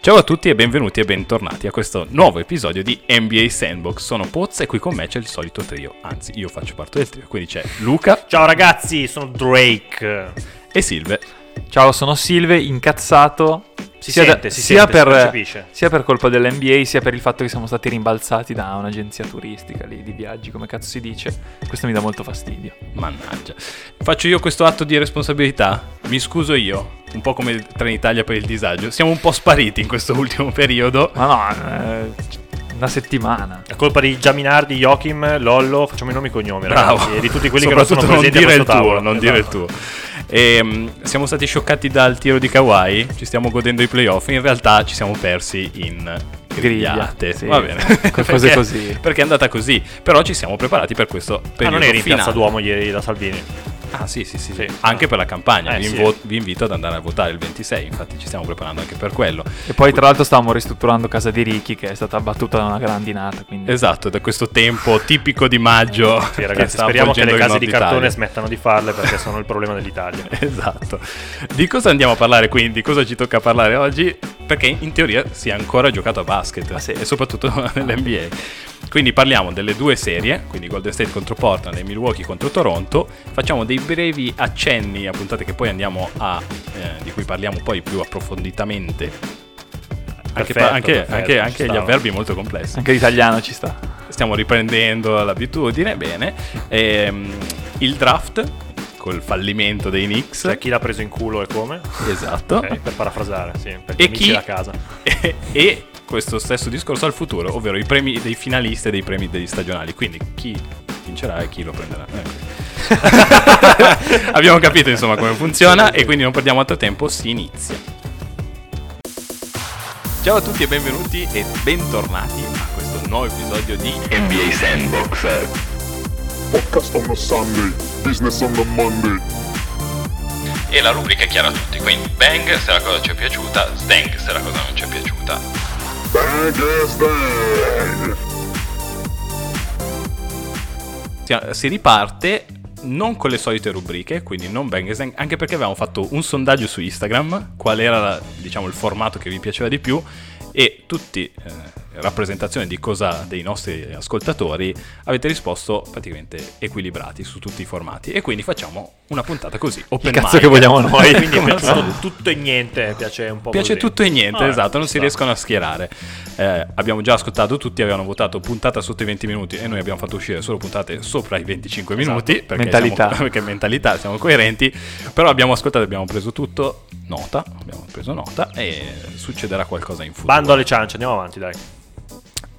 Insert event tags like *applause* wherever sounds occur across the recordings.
Ciao a tutti e benvenuti e bentornati a questo nuovo episodio di NBA Sandbox. Sono Poz e qui con me c'è il solito trio, anzi io faccio parte del trio, quindi c'è Luca Ciao ragazzi, sono Drake. e Silve. Ciao, sono Silve, incazzato. Si sente, si sente, si percepisce. per, sia per colpa dell'NBA, sia per il fatto che siamo stati rimbalzati da un'agenzia turistica lì di viaggi, come cazzo si dice. Questo mi dà molto fastidio. Mannaggia. Faccio io questo atto di responsabilità? Mi scuso io, un po' come Trenitalia per il disagio. Siamo un po' spariti in questo ultimo periodo. Ma no, eh, una settimana. È colpa di Giaminardi, Joachim, Lollo, facciamo i nomi e i cognomi, ragazzi, e di tutti quelli che non sono Soprattutto presenti dire a il questo tuo, tavolo. non Esatto. dire il tuo. Ehm, siamo stati scioccati dal tiro di Kawhi, ci stiamo godendo i playoff, in realtà ci siamo persi in Griglia, grigliate. sì. Va bene. *laughs* *laughs* Cose Perché- così. Perché è andata così, però ci siamo preparati per questo Ah, periodo non eri in finale. piazza Duomo ieri da Salvini. Ah sì, sì, sì, Sì. anche per la campagna. Eh, vi, sì. invo- vi invito ad andare a votare il 26, infatti ci stiamo preparando anche per quello. E poi, tra l'altro, stavamo ristrutturando casa di Ricky, che è stata abbattuta da una grandinata. Quindi Esatto, da questo tempo tipico di maggio. Sì, che ragazzi, sta speriamo che avvolgendo le il case nord di cartone Italia. smettano di farle perché sono il problema dell'Italia. *laughs* Esatto. Di cosa andiamo a parlare quindi? Di cosa ci tocca parlare oggi? Perché in teoria si è ancora giocato a basket Ah, sì. e soprattutto *laughs* nell'NBA. Quindi parliamo delle due serie, quindi Golden State contro Portland e Milwaukee contro Toronto. Facciamo dei brevi accenni a puntate che poi andiamo a eh, di cui parliamo poi più approfonditamente. Anche, Perfetto, pa- anche- perfetto, anche- ci anche gli stavo. avverbi molto complessi anche l'italiano ci sta. stiamo riprendendo l'abitudine, bene. Ehm, il draft col fallimento dei Knicks, Cioè, chi l'ha preso in culo e *laughs* come? esatto. Ok, per parafrasare, sì, per gli E amici chi- da casa. E, e questo stesso discorso al futuro, ovvero i premi dei finalisti e dei premi degli stagionali, quindi chi vincerà e chi lo prenderà. Ecco. Abbiamo capito insomma come funziona e quindi non perdiamo altro tempo, si inizia. Ciao a tutti e benvenuti e bentornati a questo nuovo episodio di NBA Sandbox. Podcast on a Sunday, business on a Monday. E la rubrica è chiara a tutti, quindi bang se la cosa ci è piaciuta, stank se la cosa non ci è piaciuta. Bang is bang! Si, si riparte non con le solite rubriche, quindi non bang e stank, anche perché avevamo fatto un sondaggio su Instagram, qual era la- diciamo il formato che vi piaceva di più e tutti eh, rappresentazioni di cosa dei nostri ascoltatori avete risposto praticamente equilibrati su tutti i formati e quindi facciamo una puntata così open Cazzo, mic. che vogliamo noi. Quindi Come piace no? tutto e niente, piace un po' Piace così. tutto e niente, Ah, esatto, non ci si sta. riescono a schierare. Eh, abbiamo già ascoltato tutti, avevano votato puntata sotto i 20 minuti e noi abbiamo fatto uscire solo puntate sopra i 25 minuti. Perché Mentalità. Siamo, *laughs* perché mentalità, siamo coerenti. Però abbiamo ascoltato, abbiamo preso tutto, nota, abbiamo preso nota e succederà qualcosa in futuro. Bando alle ciance, andiamo avanti, dai.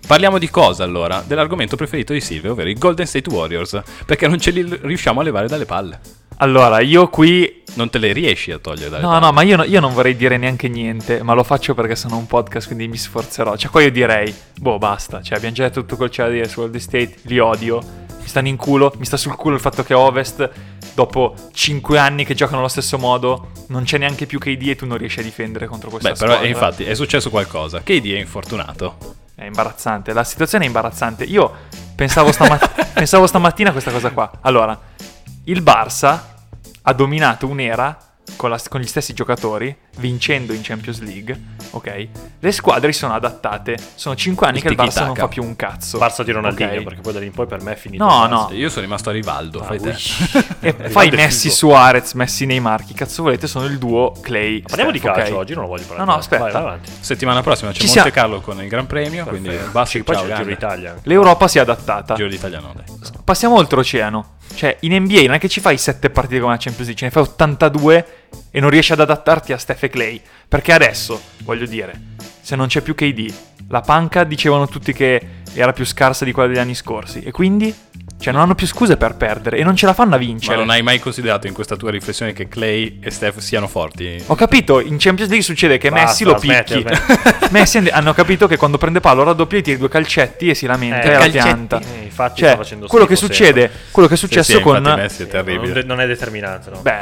Parliamo di cosa allora? Dell'argomento preferito di Silvio, ovvero i Golden State Warriors, perché non ce li riusciamo a levare dalle palle. Allora, io qui Non te le riesci a togliere dalle No, palle. no, ma io, no- io non vorrei dire neanche niente, ma lo faccio perché sono un podcast, quindi mi sforzerò. Cioè, qua io direi, boh, basta. Cioè, abbiamo già detto tutto quel c'è da dire su World State, li odio, mi stanno in culo, mi sta sul culo il fatto che Ovest, dopo 5 anni che giocano allo stesso modo, non c'è neanche più KD e tu non riesci a difendere contro questa Beh, squadra. però eh, infatti è successo qualcosa. KD è infortunato. È imbarazzante, la situazione è imbarazzante. Io pensavo, stamat- *laughs* pensavo stamattina a questa cosa qua. Allora, il Barça ha dominato un'era con, la- con gli stessi giocatori, vincendo in Champions League, ok? Le squadre si sono adattate. Sono 5 anni Il che il Barça non tiki-taka. fa più un cazzo. Barça di Ronaldinho, ok? perché poi da lì in poi per me è finito. No, il Barça. no. Cioè, Io sono rimasto a Rivaldo, Ah, fai te. E Rivaldo *laughs* fai è Messi figo. Suarez, Messi nei marchi, cazzo volete, sono il duo Clay. Parliamo di Steph, calcio ok? oggi, non lo voglio parlare. No, no, di calcio. aspetta. Vai, vai avanti. *laughs* Settimana prossima c'è Ci Monte siamo. Carlo con il Gran Premio, quindi basta. Sì, poi ciao, c'è il Giro grande. d'Italia. L'Europa si è adattata. Giro d'Italia no, dai. Esatto. Passiamo oltreoceano. Cioè, in NBA non è che ci fai 7 partite come la Champions League, ce ne fai 82 e non riesci ad adattarti a Steph e Clay. Perché adesso, voglio dire, se non c'è più KD, la panca dicevano tutti che era più scarsa di quella degli anni scorsi. E quindi, cioè, non hanno più scuse per perdere e non ce la fanno a Ma vincere. non hai mai considerato in questa tua riflessione che Clay e Steph siano forti? Cioè, Ho capito, in Champions League succede che Basta, Messi lo smetti, picchi. *laughs* smetti. Messi and- hanno capito che quando prende palo raddoppia e tira due calcetti e si lamenta Eh, e la calcetti. pianta. Eh, infatti Cioè, sta facendo quello che schifo succede, sempre. quello che è Sì, successo sì, con infatti Messi è Non, terribile. de- non è determinante, no? Beh,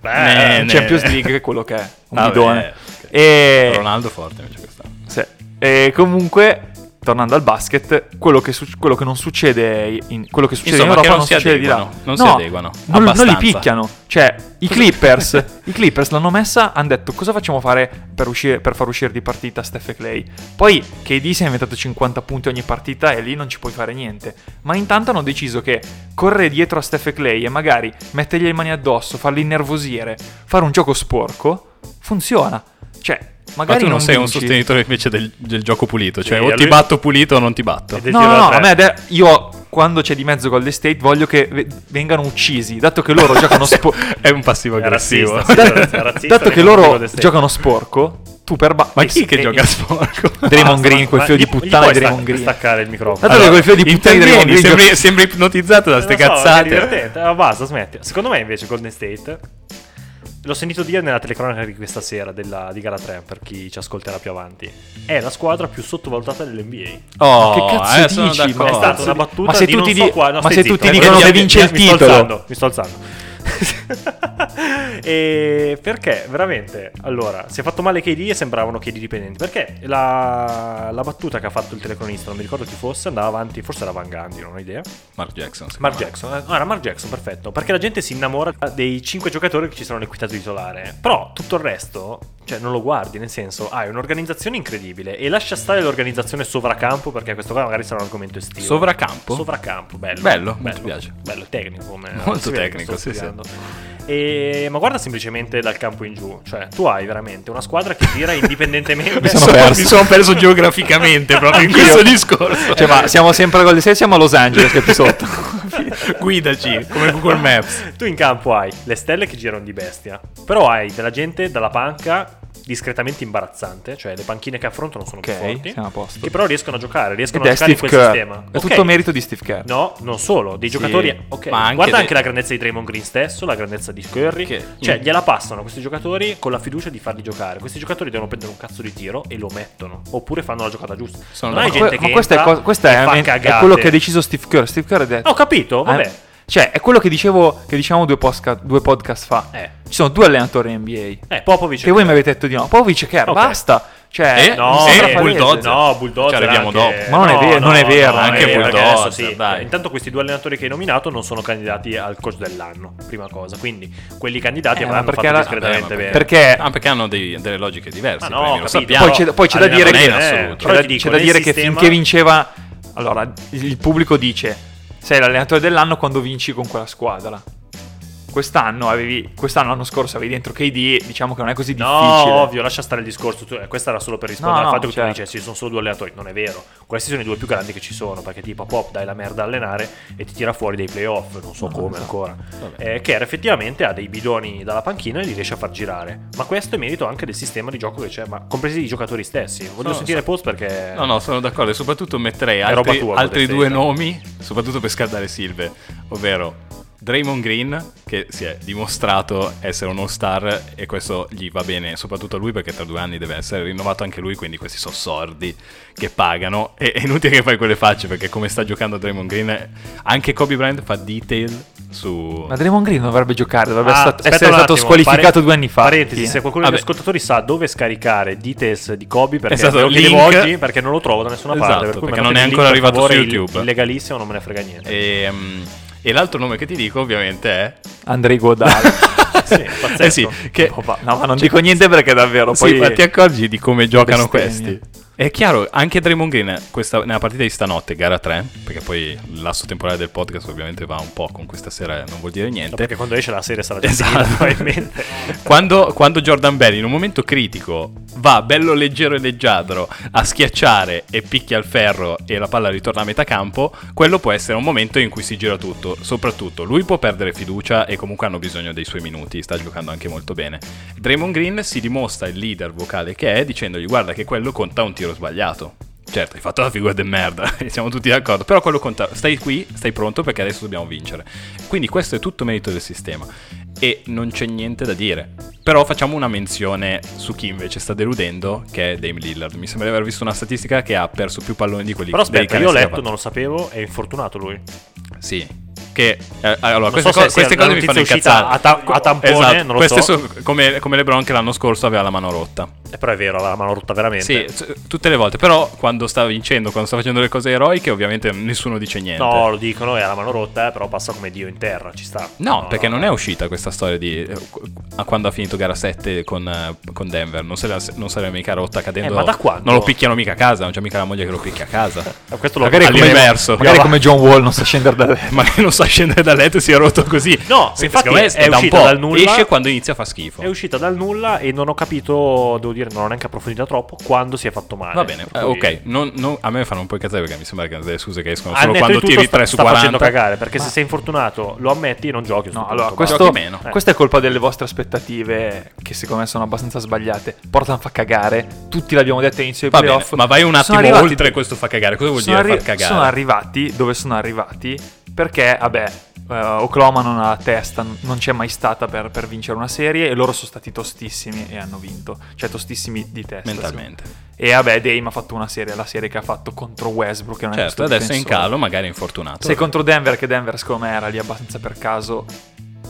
Beh, eh, ne- Champions League che è quello che è, un Vabbè, bidone. Ah, eh, ok. E, Ronaldo forte invece quest'anno. sì. E comunque tornando al basket, quello che, su- quello che non succede in, quello che succede Insomma, in Europa che non non, si succede di là. adeguano, non si adeguano, Non, non li abbastanza. picchiano. Cioè, *laughs* i Clippers, i Clippers l'hanno messa, hanno detto cosa facciamo fare per, uscire, per far uscire di partita Steph e Clay. Poi KD si è inventato 50 punti ogni partita e lì non ci puoi fare niente. Ma intanto hanno deciso che correre dietro a Steph e Clay e magari mettergli le mani addosso, farli innervosire, fare un gioco sporco, funziona. Cioè, Ma magari tu non sei un vinci. sostenitore invece del, del gioco pulito, cioè Sì, o a ti lui- batto pulito o non ti batto. Ed è- No, tiro no, da no, certo. tre. a me ade- io quando c'è di mezzo Golden State voglio che ve- vengano uccisi, dato che *laughs* *laughs* loro giocano sporco. è un passivo È aggressivo. razzista, sì, è razzista, dato che non dico loro Golden State. giocano sporco, tu per ba- *laughs* Ma chi e- che e- gioca a sporco? *laughs* Draymond Basta, Green, quel ma figlio di gli- gli puttana puoi di Draymond stac- Green. staccare il microfono. Dato che quel figlio di puttana di Draymond Intervieni, Green sembri, gioca- sembri ipnotizzato da ste Non Eh, lo so, è cazzate. divertente. Ah, basta, smetti. Secondo me invece Golden State l'ho sentito dire nella telecronaca di questa sera della- di gara 3 per chi ci ascolterà più avanti. È la squadra più sottovalutata dell'NBA. Oh, Che cazzo eh, sono dici? d'accordo. Ma È stata Cazzo una di- battuta ma se di tutti non so di- qua- no, ma stai se tutti zitto, dicono eh, che mi- vince il mi sto titolo. alzando, Mi sto alzando. *laughs* E perché veramente allora si è fatto male KD e sembravano KD dipendenti perché la, la battuta che ha fatto il telecronista non mi ricordo chi fosse andava avanti forse era Van Gandhi non ho idea Mark Jackson. sì. Mark Jackson, eh, no, era Mark Jackson, perfetto. Perché la gente si innamora dei 5 giocatori che ci sono nell'equità titolare. Però tutto il resto, cioè, non lo guardi, nel senso, hai un'organizzazione incredibile. E lascia stare l'organizzazione sovracampo, perché questo qua magari sarà un argomento estivo. Sovracampo? Sovracampo, bello. Bello, molto piace. Bello, tecnico. Come Molto si vede che tecnico, sto sì, sì. studiando. E- ma guarda semplicemente dal campo in giù, cioè tu hai veramente una squadra che *laughs* tira indipendentemente. *laughs* Mi sono sono *laughs* perso. mi sono perso geograficamente proprio *laughs* in questo discorso. Eh, Cioè, ma siamo sempre a Golden State, siamo a Los Angeles che è *laughs* più sotto. Guidaci come Google Maps. *laughs* Tu in campo hai le stelle che girano di bestia, però hai della gente dalla panca discretamente imbarazzante, cioè le panchine che affrontano sono Ok, più forti, siamo a posto. che però riescono a giocare, riescono Ed a è giocare Steve in quel Kerr. sistema. È Ok. tutto merito di Steve Kerr. No, non solo, dei giocatori. ok, ma anche guarda dei- anche la grandezza di Draymond Green stesso, la grandezza di Curry. Che- Cioè, gliela passano a questi giocatori con la fiducia di farli giocare. Questi giocatori devono prendere un cazzo di tiro e lo mettono. Oppure fanno la giocata giusta. Sono non hai d'accordo. gente ma che questa è, entra cosa- questa e è, fa è cagate. quello che ha deciso Steve Kerr. Steve Kerr ha detto... Ho capito, vabbè. Ah, cioè, è quello che dicevo, che diciamo due, posca- due podcast fa. Eh. Ci sono due allenatori NBA. Eh, Popovic. Che voi mi avete detto di no. Poi dice Kerr, Ok. basta. Cioè, Eh? mi No, Sì, sembra eh, palese. Bulldozer. No, Bulldozer. Cioè, Ci arriviamo anche- dopo. Ma non è vero, non è vero, anche perché Bulldozer, adesso eh, sì. dai. Intanto questi due allenatori che hai nominato non sono candidati al coach dell'anno, prima cosa. Quindi quelli candidati Eh, ma avranno perché fatto la- discretamente vabbè, ma bene. perché- Eh, Perché Ah, perché hanno dei- delle logiche diverse. i Ma Ah, no, premi, lo capito. sappiamo. Poi c'è, poi c'è da dire, Allenatore non è in che- eh, assoluto. c'è Però da- ti dico, c'è da nel dire che sistema- finché vinceva. Allora, il pubblico dice: Sei l'allenatore dell'anno quando vinci con quella squadra. Quest'anno avevi. Quest'anno, l'anno scorso, avevi dentro KD. Diciamo che non è così No, difficile. ovvio, lascia stare il discorso. Tu- eh, questa era solo per rispondere No, al no, fatto che certo. tu dicessi sono solo due allenatori. Non è vero. Questi sono i due più grandi che ci sono. Perché tipo Pop dai la merda a allenare e ti tira fuori dei playoff. Non so No, come esatto. ancora. Vabbè. Eh, che era effettivamente ha dei bidoni dalla panchina e li riesce a far girare. Ma questo è merito anche del sistema di gioco che c'è, ma compresi i giocatori stessi. Voglio No, sentire esatto. so- post perché. No, no, sono d'accordo. E soprattutto metterei Eh. roba altri, tua, altri potete due dire. nomi, soprattutto per scaldare Silve, ovvero Draymond Green, che si è dimostrato essere uno star e questo gli va bene, soprattutto a lui perché tra due anni deve essere rinnovato anche lui, quindi questi sono sordi che pagano. E è inutile che fai quelle facce perché come sta giocando Draymond Green, anche Kobe Bryant fa detail su... Ma Draymond Green non dovrebbe giocare, dovrebbe Ah, sta- aspetta essere un stato attimo, squalificato pare- due anni fa. Parentesi, Sì. se qualcuno degli Vabbè. ascoltatori sa dove scaricare details di Kobe, perché Esatto, me lo chiedevo link. oggi perché non lo trovo da nessuna parte. Esatto, per cui perché mandate non è il link, ancora per arrivato su favore, il- YouTube. Illegalissimo, non me ne frega niente. E, mm, e l'altro nome che ti dico ovviamente è... Andrei Godal. *laughs* Sì, pazzesco. Eh sì, che- cioè, Un po' fa- no, ma non dico niente perché davvero. Poi Sì, ma ti accorgi di come giocano bestemmia. questi? È chiaro, anche Draymond Green questa- nella partita di stanotte, gara 3, perché poi il lasso temporale del podcast ovviamente va un po' con questa sera, non vuol dire No, niente. perché quando esce la serie *laughs* sarà già Esatto. finita, probabilmente. *laughs* quando, quando Jordan Bell in un momento critico va bello leggero e leggiadro a schiacciare e picchia il ferro e la palla ritorna a metà campo, quello può essere un momento in cui si gira tutto. Soprattutto lui può perdere fiducia e comunque hanno bisogno dei suoi minuti, sta giocando anche molto bene. Draymond Green si dimostra il leader vocale che è dicendogli guarda che quello conta un tiro sbagliato. Certo, hai fatto la figura del merda, *laughs* e siamo tutti d'accordo, però quello conta, stai qui, stai pronto perché adesso dobbiamo vincere. Quindi questo è tutto merito del sistema e non c'è niente da dire. Però facciamo una menzione su chi invece sta deludendo, che è Dame Lillard. Mi sembra di aver visto una statistica che ha perso più palloni di quelli Però dei aspetta, canestri io ho da letto, parte. non lo sapevo, è infortunato lui. Sì. Che, eh, allora, Non queste, so co- se sia queste una cose mi fanno notizia uscita incazzare. Esatto. a ta- a tampone, non lo queste so. sono come, come LeBron che l'anno scorso aveva la mano rotta. Eh, però è vero, aveva la mano rotta veramente. Sì, t- tutte le volte, però quando sta vincendo, quando sta facendo le cose eroiche, ovviamente nessuno dice niente. No, lo dicono, è la mano rotta, eh, però passa come Dio in terra, ci sta. No, perché non è uscita questa storia di eh, a quando ha finito gara 7 con, eh, con Denver. Non se, la, non se l'è mica rotta cadendo. Eh, ma da quando? Non lo picchiano mica a casa, non c'è mica la moglie che lo picchia a casa. Eh, Questo lo Magari è come- All'inverso. Magari come John Wall non sa scendere da letto. Magari Eh, non sa scendere da letto e si è rotto così. No, Sì, infatti secondo me è da un uscita po'. dal nulla. Esce quando inizia fa schifo. È uscita dal nulla e non ho capito, devo dire, non ho neanche approfondito troppo quando si è fatto male. Va bene, Per eh, cui- ok. non- non- a me fanno un po' incazzare perché mi sembra che delle scuse che escono Al solo netto quando di tutto tiri sta- 3 su sta facendo 40. cagare, perché se sei infortunato lo ammetti e non giochi. a sto No, punto, allora, ma- questo, Giochi meno. eh. questa è colpa delle vostre aspettative, che secondo me sono abbastanza sbagliate. Portland fa cagare, tutti l'abbiamo detto all'inizio dei Va bene, playoff. ma vai un Sono attimo arrivati- oltre questo fa cagare. Cosa vuol sono dire far arri- cagare? Sono arrivati dove sono arrivati perché, vabbè, eh, Oklahoma non ha la testa, n- non c'è mai stata per, per vincere una serie e loro sono stati tostissimi e hanno vinto. Cioè, tostissimi di testa. Mentalmente. secondo me. E vabbè, Dame ha fatto una serie, la serie che ha fatto contro Westbrook. Che non Certo, è questo adesso è in difensore. calo, magari è infortunato. Se contro Denver, che Denver secondo me era lì abbastanza per caso,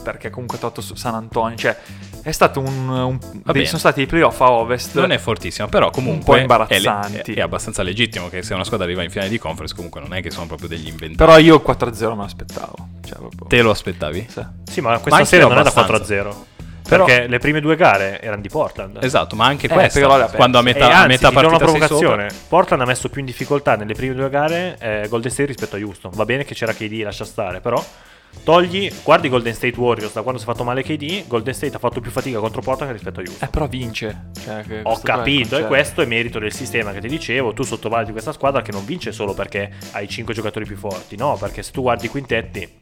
perché comunque ha tolto su San Antonio, cioè è stato un... un- dei- bene. sono stati i playoff a Ovest. non è fortissima, però comunque Un po' è le- imbarazzanti. È, è abbastanza legittimo che se una squadra arriva in finale di conference, comunque non è che sono proprio degli inventati. Però io 4-0 me l'aspettavo. Cioè, proprio... Te lo aspettavi? Sì. Sì, ma questa anche serie non è da abbastanza. 4 a 0. Però- Perché le prime due gare erano di Portland. Esatto, ma anche Eh, questa, però eh, l'ha persa. quando a E metà, a anzi, metà ti do una partita sei provocazione. sopra, Portland ha messo più in difficoltà nelle prime due gare eh, Golden State rispetto a Houston. Va bene che c'era KD, lascia stare, però togli, guardi Golden State Warriors da quando si è fatto male KD, Golden State ha fatto più fatica contro Portland che rispetto a Houston. Eh, però vince. Cioè, che Ho questo qua è il capito, e concetto. questo è merito del sistema che ti dicevo. Tu sottovaluti questa squadra che non vince solo perché hai 5 giocatori più forti, no? Perché se tu guardi i quintetti,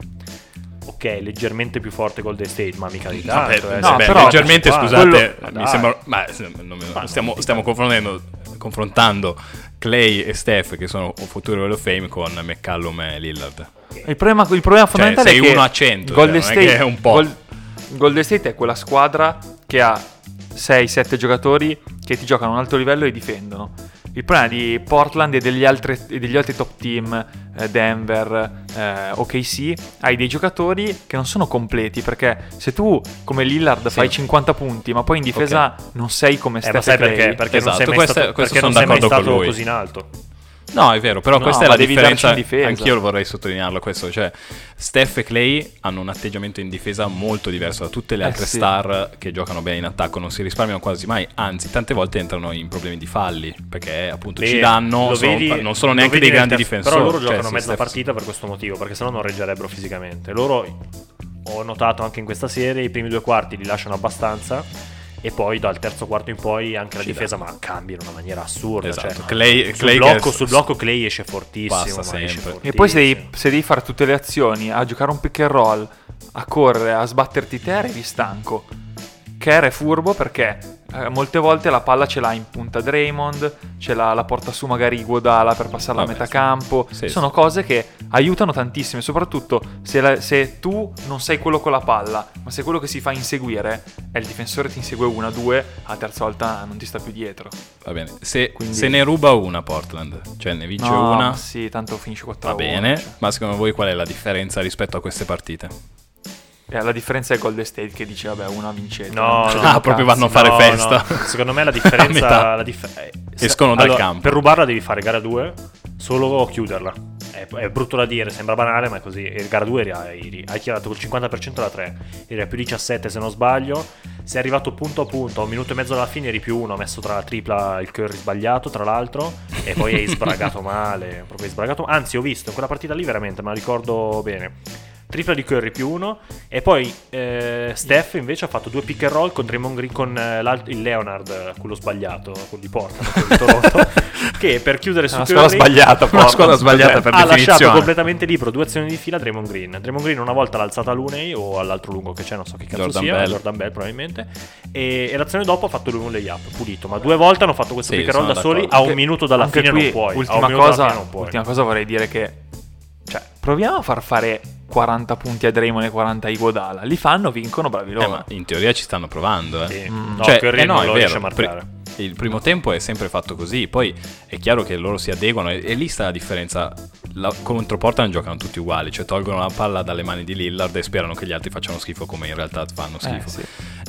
ok, leggermente più forte Golden State, ma mica di Vabbè, tanto. eh, no, se beh, perdi però- leggermente, quattro, scusate, quello- mi dai. sembra, ma, se- non- stiamo, stiamo confrontando, confrontando Clay e Steph, che sono futuri Hall of Fame, con McCallum e Lillard. Il problema, il problema fondamentale Cioè, sei è che uno a cento, Golden cioè, non è State, che è un po'. Gol- Golden State è quella squadra che ha 6-7 giocatori che ti giocano a un alto livello e difendono. Il problema di Portland e degli altri, e degli altri top team, eh, Denver, eh, OKC, hai dei giocatori che non sono completi perché se tu come Lillard fai 50 punti ma poi in difesa non sei come Eh, ma Steph sai Clay, perché? Perché non Esatto, sei mai questo- stato, questo perché non sono sei mai d'accordo con stato lui. così in alto. No, è vero, però No, questa è ma la devi differenza. darci in difesa. Anch'io lo vorrei sottolinearlo questo, cioè Steph e Clay hanno un atteggiamento in difesa molto diverso da tutte le Eh, altre sì. star che giocano bene in attacco, non si risparmiano quasi mai, anzi tante volte entrano in problemi di falli, perché appunto ci Beh, danno, lo sono- vedi- non sono lo neanche vedi dei nel grandi terzo- difensori. Però loro cioè, giocano se mezza Steph- partita per questo motivo, perché sennò non reggerebbero fisicamente. Loro, ho notato anche in questa serie, i primi due quarti li lasciano abbastanza e poi dal terzo quarto in poi anche la Ci difesa ma cambia in una maniera assurda. Esatto. cioè, Clay- sul, Clay blocco, che- sul blocco Clay esce Passa fortissimo. ma esce sempre. fortissimo. E poi se devi, se devi fare tutte le azioni, a giocare un pick and roll, a correre, a sbatterti te, eri stanco. Kerr è furbo perché eh, molte volte la palla ce l'ha in punta Draymond, ce l'ha, la porta su magari Guadala per passarla Vabbè, a metà sì. campo. Sì, Sono cose che aiutano tantissimo, e soprattutto se, la- se tu non sei quello con la palla, ma sei quello che si fa inseguire, e il difensore ti insegue una, due, la terza volta non ti sta più dietro. Va bene, se, Quindi- se ne ruba una Portland, cioè ne vince No, una, Sì, tanto finisce 4 va bene, ma secondo voi qual è la differenza rispetto a queste partite? Eh, la differenza è Golden State che dice, vabbè, una vincete. No, Cioè, no, ah, proprio vanno a fare No, festa. no. Secondo me la A metà. *laughs* differenza. la dif- eh, se- Escono dal allora, campo. Per rubarla devi fare gara 2, solo chiuderla. È, è brutto da dire, sembra banale, ma è così. E gara 2 hai, hai tirato col 50% da 3, eri a più 17 se non sbaglio. Sei arrivato punto a punto, a un minuto e mezzo alla fine eri più uno, messo tra la tripla il curry sbagliato, tra l'altro, e poi hai sbragato *laughs* male, proprio hai sbragato. Anzi, ho visto in quella partita lì veramente, me la ricordo bene. Tripla di Curry più uno. E poi eh, Steph invece ha fatto due pick and roll con Draymond Green con eh, l'alt- il Leonard, eh, quello sbagliato, quello di Portland, quello di *laughs* Toronto. che per chiudere su È una Curry squadra *laughs* sbagliata, Una porca. squadra sbagliata per ha lasciato definizione. completamente libero due azioni di fila Draymond Green. Draymond Green una volta l'ha alzata a Luney o all'altro lungo che c'è, non so che cazzo Jordan sia, Bell. Jordan Bell probabilmente. E, e l'azione dopo ha fatto lui un layup pulito, ma due volte hanno fatto questo Sì, pick and roll sono da soli d'accordo. a un Anche- minuto dalla anche fine qui, non puoi. A un Ultima minuto dalla cosa, fine non puoi. ultima cosa vorrei dire che cioè, proviamo a far fare 40 punti a Draymond e 40 a Iguodala. Li fanno, vincono, bravi loro. Eh, ma in teoria ci stanno provando, eh. Sì. Mm. No, Cioè, Curry eh no, non è lo riesce a vero. marcare. pri- il primo tempo è sempre fatto così, poi è chiaro che loro si adeguano e, e lì sta la differenza. La, contro Portland giocano tutti uguali, cioè tolgono la palla dalle mani di Lillard e sperano che gli altri facciano schifo come in realtà fanno Eh, schifo. sì.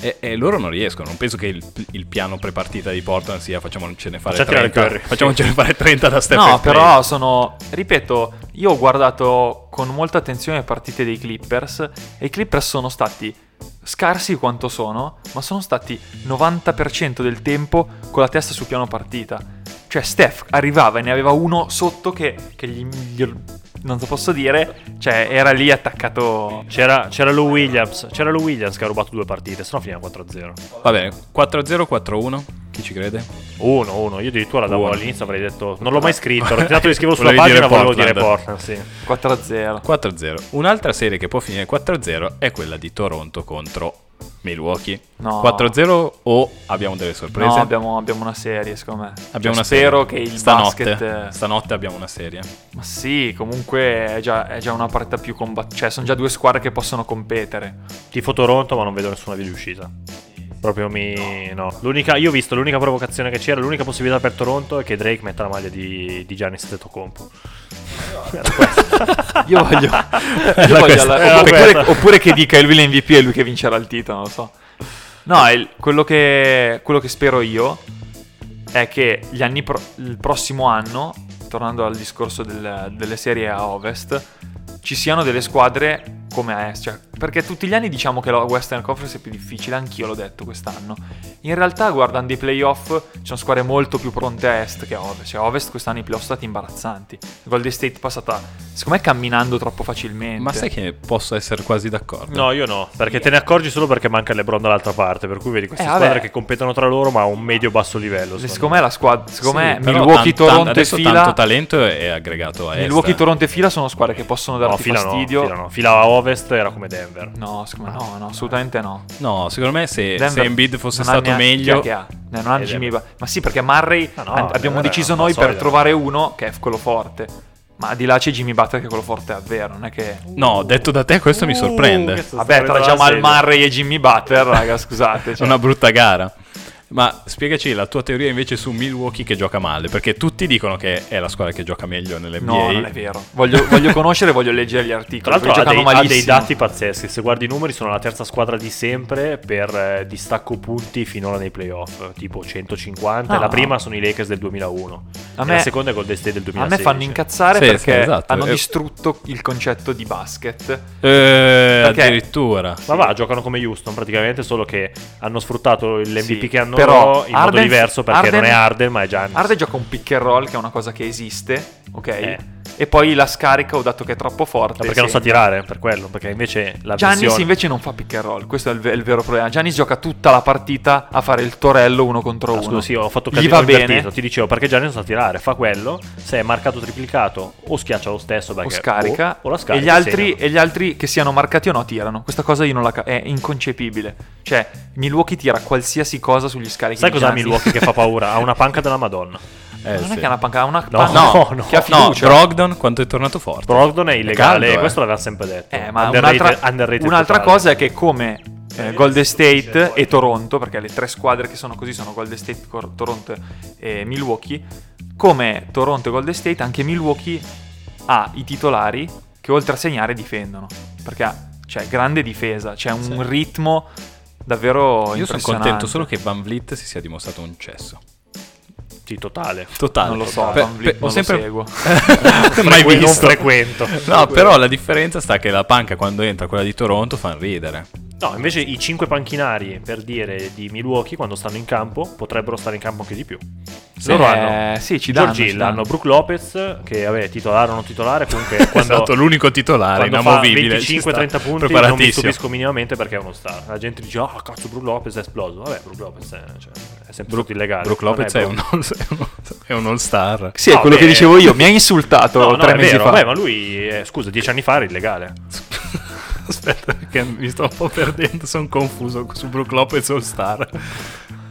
E, e loro non riescono. Non penso che il, il piano prepartita di Portland sia facciamocene fare Facciamo tirare 30. Curry. Facciamocene fare 30 da Stephen No, Curry. però sono. Ripeto, io ho guardato con molta attenzione le partite dei Clippers. E i Clippers sono stati scarsi quanto sono, ma sono stati 90% del tempo con la testa sul piano partita. Cioè, Steph arrivava e ne aveva uno sotto che, che gli, gli- Non so posso dire, cioè, era lì attaccato. C'era, c'era Lou Williams. C'era Lou Williams che ha rubato due partite, sennò finiva 4-0. Va bene, 4-0, 4-1. Chi ci crede? 1-1. Io addirittura davo Uno. all'inizio, avrei detto. Non l'ho mai *laughs* scritto. Ho tentato di scriverlo sulla Volevi dire pagina, volevo dire Portland. Portland. Sì. 4-0. 4-0. Un'altra serie che può finire 4-0 è quella di Toronto contro Milwaukee. No. 4-0 o abbiamo delle sorprese? No, abbiamo, abbiamo una serie, secondo me. Cioè, Abbiamo una spero serie. che il stanotte, basket. Stanotte abbiamo una serie. Ma sì, comunque è già, è già una partita più combattuta. Cioè, sono già due squadre che possono competere. Tifo Toronto, ma non vedo nessuna via di uscita. Proprio mi. No. L'unica, io ho visto l'unica provocazione che c'era, l'unica possibilità per Toronto è che Drake metta la maglia di, di Giannis Tetocompo. Io *laughs* voglio. io Era voglio questa, alla- era oppure, questa. oppure che dica il Will MVP è lui che vincerà il titolo, non lo so. No, il- quello, che, quello che spero io è che gli anni pro- il prossimo anno, tornando al discorso del- delle serie a ovest, ci siano delle squadre come a est. Cioè, perché tutti gli anni diciamo che la Western Conference è più difficile, anch'io l'ho detto quest'anno. In realtà, guardando i playoff, ci sono squadre molto più pronte a est che a ovest. Cioè, a ovest quest'anno i playoff sono stati imbarazzanti. Golden State è passata, secondo me, camminando troppo facilmente. Ma sai che posso essere quasi d'accordo? No, io no, perché te ne accorgi solo perché manca LeBron dall'altra parte, per cui vedi queste Eh, vabbè. squadre che competono tra loro ma a un medio-basso livello. Se- secondo Secondo me la squadra, secondo Sì, me però Milwaukee, tan- tan- Toronto e adesso tanto Fila, talento è aggregato a Milwaukee, est. Toronto e Fila sono squadre che possono me. No, darti fila no, fastidio. fila no. Fila a ovest era come Denver. No, secondo me no, no, assolutamente no. No, secondo me se, Ah. Eh, se Denver Embiid fosse non ha stato neanche- meglio... chi è che ha? No, non ha Eh, Jimmy Denver. Ba- Ma sì, perché Murray No, no, an- abbiamo Denver è deciso una noi per solida. trovare uno che è quello forte. Ma di là c'è Jimmy Butler che è quello forte davvero, non è che... No, detto da te questo mi Uh, sorprende. che sto Vabbè, tra diciamo, prendendo la Jamal sedia. Murray e Jimmy Butler, *laughs* raga, scusate. È cioè. una brutta gara. Ma spiegaci la tua teoria invece su Milwaukee che gioca male, perché tutti dicono che è la squadra che gioca meglio nell'NBA. No, non è vero. Voglio, voglio conoscere, voglio leggere gli articoli. Tra l'altro perché ha dei, giocano ha dei malissimo. dati pazzeschi, se guardi i numeri sono la terza squadra di sempre per eh, distacco punti finora nei playoff, tipo 150, Ah. la prima sono i Lakers del 2001, A e me- la seconda è Golden State del A 2016. me fanno incazzare Sì, perché sì, esatto. hanno Eh, distrutto il concetto di basket. Eh, Perché- addirittura. Ma va, giocano come Houston praticamente, solo che hanno sfruttato l'MVP Sì, che hanno però loro in modo Harden- diverso perché non è Harden- Arden ma è Giannis. Arde gioca un pick and roll che è una cosa che esiste, ok? Eh. E poi la scarica ho dato che è troppo forte. No, perché non sa segna. tirare, per quello, perché invece la Giannis versione... invece non fa pick and roll, questo è il, ve- il vero problema. Giannis gioca tutta la partita a fare il torello uno contro Ah, uno. scusa, sì, ho fatto Gli casino va ho invertito, bene. Ti dicevo, perché Giannis non sa tirare, fa quello, se è marcato triplicato o schiaccia lo stesso O perché... scarica, o la scarica e, gli altri, segna. e gli altri che siano marcati o no tirano. Questa cosa io non la ca- è inconcepibile. Cioè, Milwaukee tira qualsiasi cosa sugli scarichi. Sai di cos'ha Giannis. Milwaukee che fa paura? Ha una panca della Madonna. Eh, *laughs* non sì. è che ha una panca, ha una No, panca no, no. che ha No, fiducia. Brogdon quanto è tornato forte. Brogdon è illegale, caldo, eh. questo l'aveva sempre detto. Eh, ma Underrated- un'altra, underrated un'altra totale. cosa è che come eh, Golden State e Toronto, perché le tre squadre che sono così sono Golden State, Cor- Toronto e Milwaukee, come Toronto e Golden State, anche Milwaukee ha i titolari che oltre a segnare difendono, perché ha- c'è grande difesa, c'è un Sì. ritmo davvero Io sono impressionante. contento solo che Van Vliet si sia dimostrato un cesso. Sì, totale. Totale. Non lo so, Per- Van Vliet per- non ho sempre... lo *laughs* seguo. Mai Frequen- visto. Non frequento. No, però la differenza sta che la panca quando entra quella di Toronto fa ridere. No, invece i cinque panchinari, per dire, di Milwaukee, quando stanno in campo, potrebbero stare in campo anche di più. Loro Eh, hanno sì, ci danno, George ci Hill, danno. hanno Brooke Lopez, che vabbè, titolare o non titolare, *laughs* comunque Esatto, quando... è stato l'unico titolare Quando fa inamovibile. ci sta. 25-30 punti non mi Preparatissimo. stupisco minimamente perché è uno star. La gente dice, ah cazzo, Brook Lopez è esploso. Vabbè, Brook Lopez è, cioè, è sempre tutto illegale. Brook Non Lopez è, Brook. un all, è un all-star. Sì, è No, quello beh, che dicevo io, mi ha insultato No, no, tre è mesi vero, fa. vabbè, ma lui, eh, scusa, dieci anni fa era illegale. *laughs* Aspetta, perché mi sto un po' perdendo. Sono confuso su Brook Lopez all-star.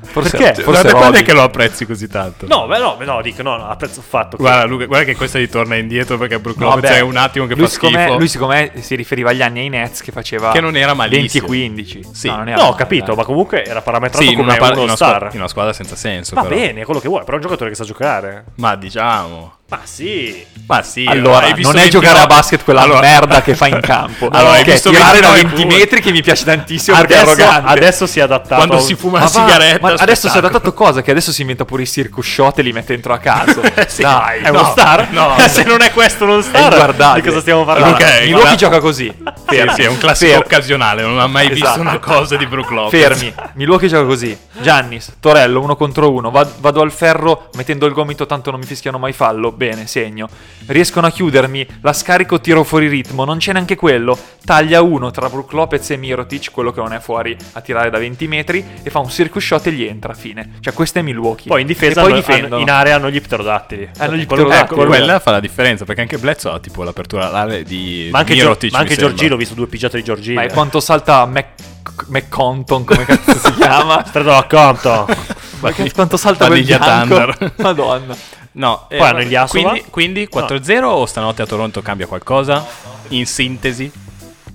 Forse, Perché? forse Guarda, quando Robby. è che lo apprezzi così tanto? No, beh, no, beh, no, dico, no, no, apprezzo il fatto che... Guarda, Luca, guarda che questa ritorna indietro perché Brook No, Lopez vabbè, è un attimo che lui fa siccome- schifo. Lui, siccome si riferiva agli anni ai Nets, che faceva Che non era malissimo. 20-15. Sì. No, non era No, ho male, capito, dai. ma comunque era parametrato sì, in come una, par- in uno una star. squadra- in una squadra senza senso. Va però. bene, quello che vuoi, però è un giocatore che sa giocare. Ma diciamo... Ma sì. Ma sì, Allora, hai visto non 29 è giocare a basket quella Allora- merda che fa in campo. *laughs* Allora, hai che è visto tirare da 29 20 punti. metri che mi piace tantissimo perché è Adesso, arrogante. adesso si è adattato. Quando a un- si fuma Ma una va, sigaretta. ma adesso si è spettacolo. adattato cosa? Che adesso si inventa pure i circus shot e li mette dentro a caso. *laughs* Sì. Dai, È uno No, star? *laughs* no. *laughs* Se non è questo uno È star, inguardabile. di cosa stiamo parlando? Allora, Milwaukee guarda- gioca così. Sì, sì, è un classico Fermi. occasionale, non ha mai visto Esatto. una cosa di Brook Lopez. Fermi. Milwaukee gioca così. Giannis, Torello, uno contro uno. Vad- vado al ferro mettendo il gomito, tanto non mi fischiano mai fallo. Bene, segno. Riescono a chiudermi. La scarico, tiro fuori ritmo. Non c'è neanche quello. Taglia uno tra Brook Lopez e Mirotic, quello che non è fuori a tirare da 20 metri. E fa un circus shot e gli entra. Fine. Cioè, questo è Milwaukee. Poi in difesa, E poi hanno- difendono. hanno- in area hanno gli pterodattili. Hanno gli Quello- pterodattili. Ecco, quello- quella fa la differenza, perché anche Bledsoe ha tipo l'apertura alare di Ma anche, Gio- Mirotic, ma anche mi sembra. Giorgino, ho visto due pigiate di Giorgino. Ma è quanto salta Mac- McConton, come *laughs* cazzo si chiama? Stretto a *laughs* conto. Ma che- quanto salta quel Vaniglia bianco? Thunder. Madonna. No, eh, Poi hanno gli Asova. Quindi, quindi 4-0 o stanotte a Toronto cambia qualcosa? In sintesi?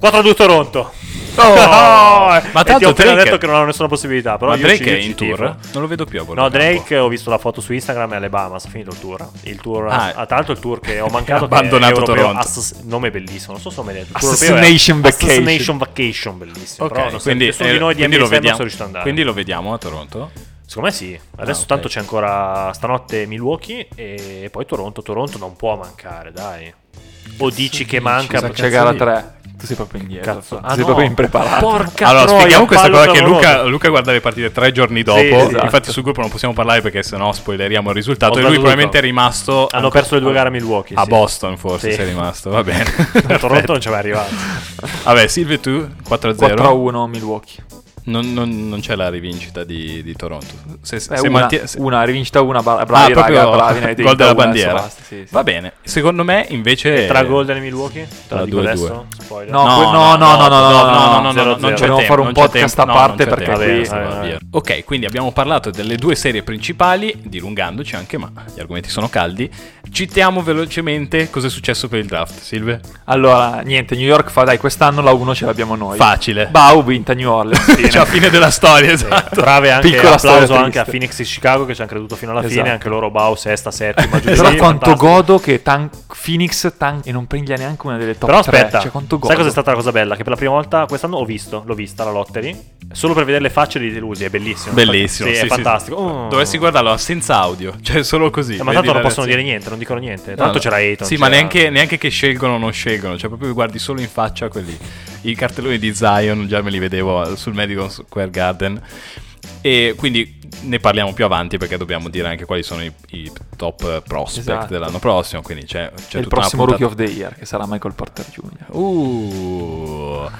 4-2 Toronto. Oh. *laughs* *laughs* ma E eh, ti ho tanto appena Drake, detto che non hanno nessuna possibilità. Però ma io Drake ci- è ci in tifo. tour? Non lo vedo più a bordo No, campo. Drake ho visto la foto su Instagram è alle Bahamas, ha finito il tour. Il tour Ah. ah, tanto il *laughs* tour che ho mancato che è Abbandonato europeo, Toronto. Assass- nome bellissimo, non so se ho mai detto. il tour europeo è Assassination Vacation. Assassination Vacation bellissimo, Ok, però non so- quindi, nessuno eh, di noi di quindi lo NBA non sono vediamo, riuscito ad andare. quindi lo vediamo a Toronto? Secondo me sì. Adesso ok. tanto c'è ancora stanotte Milwaukee e poi Toronto, Toronto non può mancare, dai. O dici che manca Scusa, c'è gara 3. Tu sei proprio indietro. Cazzo. Tu Ah, sei no. proprio impreparato. Porca allora, troia, spieghiamo questa fallo cosa che clamoroso. Luca, Luca guarda le partite tre giorni dopo. esatto. Infatti, sul gruppo non possiamo parlare perché sennò spoileriamo il risultato. Ho e dato lui tutto. probabilmente è rimasto. Hanno perso le due gare a Milwaukee. A sì. Boston, forse Sì. sei rimasto. Va *laughs* bene. A *laughs* Toronto non ci mai arrivato. Vabbè, Silvio, tu 4-0. 4-1 Milwaukee. Non, non- non c'è la rivincita di, di Toronto. Se, Beh, se una, mantie- se- una, rivincita una, bra- Ah, bravi proprio raga, bravi, ne *laughs* avete gol vinta della una, bandiera. adesso basta, sì, sì. Va bene. Secondo me, invece. Tra Golden e Milwaukee? Te Eh. Tra lo dico due e adesso? Spoiler. No, que- no, no, no, no, no, zero, no, no, non zero. c'è Dobbiamo tempo, fare un non c'è podcast tempo, a no, non parte c'è perché tempo. qui- Va bene, eh, va eh. via. Ok, quindi abbiamo parlato delle due serie principali, dilungandoci anche, ma gli argomenti sono caldi. Citiamo velocemente cosa è successo per il draft, Silve. Allora, niente, New York fa, dai, quest'anno la 1 ce l'abbiamo noi. Facile. Bau vinta New Orleans. fine. *laughs* Cioè, fine della storia, *laughs* esatto. *laughs* Brave anche Piccola storia applauso triste. anche a Phoenix e Chicago che ci hanno creduto fino alla Esatto. fine, anche loro Bau sesta, *laughs* settima, giù di Però lì, quanto fantastico. godo che tan- Phoenix tan- e non prende neanche una delle top Però 3. aspetta, Cioè, quanto godo. sai cosa è stata la cosa bella? Che per la prima volta quest'anno ho visto, l'ho vista la lottery, solo per vedere le facce dei delusi, è bellissimo. Bellissimo, Sì, sì, è sì, fantastico. sì. Oh. Dovresti guardarlo senza audio, cioè solo così. Eh, ma vedi tanto non la possono reazione. dire niente, non dicono niente. Tanto No, no. c'era Aiton. Sì, ma c'era- neanche, neanche che scelgono o non scelgono, cioè proprio guardi solo in faccia quelli. I cartelloni di Zion già me li vedevo sul Medical Square Garden. E quindi ne parliamo più avanti perché dobbiamo dire anche quali sono i, i top prospect Esatto. dell'anno prossimo. Quindi c'è, c'è È il Cioè, tutta una prossimo puntata- Rookie of the Year, che sarà Michael Porter Jr. Uh.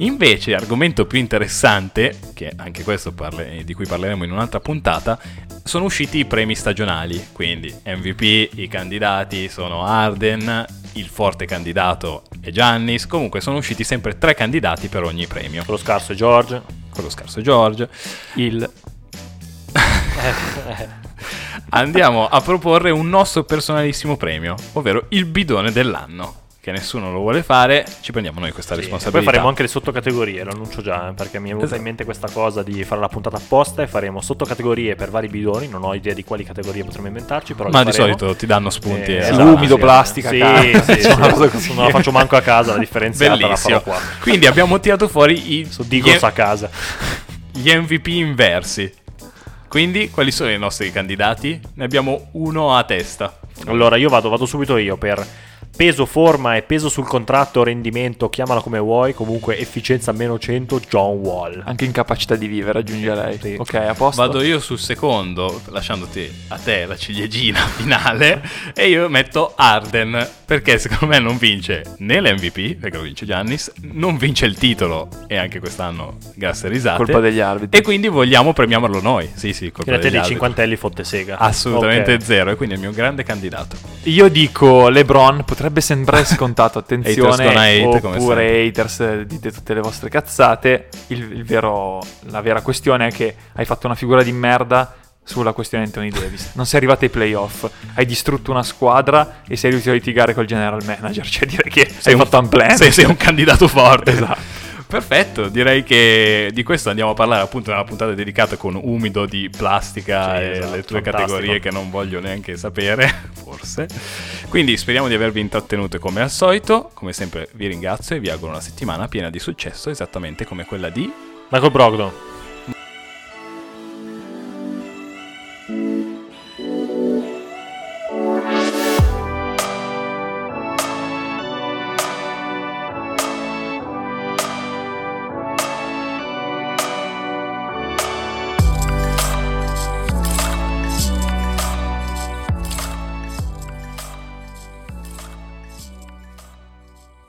Invece, argomento più interessante, che anche questo parle- eh, di cui parleremo in un'altra puntata, sono usciti i premi stagionali, quindi MVP, i candidati sono Arden, il forte candidato è Giannis, comunque sono usciti sempre tre candidati per ogni premio, Quello scarso è George. quello scarso è George. Il Eh, Andiamo a proporre un nostro personalissimo premio, ovvero il bidone dell'anno, che nessuno lo vuole fare, ci prendiamo noi questa Sì, e responsabilità. Poi faremo anche le sottocategorie, lo annuncio già, eh, perché mi è venuta Esatto. in mente questa cosa di fare la puntata apposta e faremo sottocategorie per vari bidoni, non ho idea di quali categorie potremmo inventarci, però Ma le di faremo. solito ti danno spunti. Eh, a- esatto, umido, sì. plastica, sì, carta, sì, cioè, una sì. cosa così. Non la faccio manco a casa la differenziata, la Bellissimo. farò qua. Quindi abbiamo tirato fuori i, Su gli, Digos a casa. gli MVP inversi. Quindi, quali sono i nostri candidati? Ne abbiamo uno a testa. Allora io vado, vado subito io per peso, forma e peso sul contratto, rendimento, chiamala come vuoi, comunque efficienza meno 100, John Wall. Ah, anche incapacità di vivere, aggiungerei. Sì. Ok, a posto. Vado io sul secondo, lasciandoti a te la ciliegina *laughs* finale. e io metto Arden. Perché secondo me non vince né l'MVP, perché lo vince Giannis, non vince il titolo. E anche quest'anno, grazie a risate. Colpa degli arbitri. E quindi vogliamo premiarlo noi. Sì, sì, colpa Quindi a te degli dei arbitri. cinquantelli fotte sega. Assolutamente Ok. zero. E quindi è il mio grande candidato. Io dico LeBron, *laughs* potrebbe sembrare scontato, attenzione, Haters gonna hate, come sempre. oppure haters, eh, dite tutte le vostre cazzate. Il, il vero, la vera questione è che hai fatto una figura di merda sulla questione Anthony Davis. Non sei arrivato ai playoff, hai distrutto una squadra e sei riuscito a litigare col general manager, *laughs* cioè dire che sei un- fatto un plan. Sei, sei un candidato forte. Esatto. Perfetto, direi che di questo andiamo a parlare appunto nella puntata dedicata con umido di plastica Sì, e esatto, le tue fantastico. categorie che non voglio neanche sapere, *laughs* forse. Quindi speriamo di avervi intrattenuto come al solito. Come sempre vi ringrazio e vi auguro una settimana piena di successo, esattamente come quella di Michael Brogdon.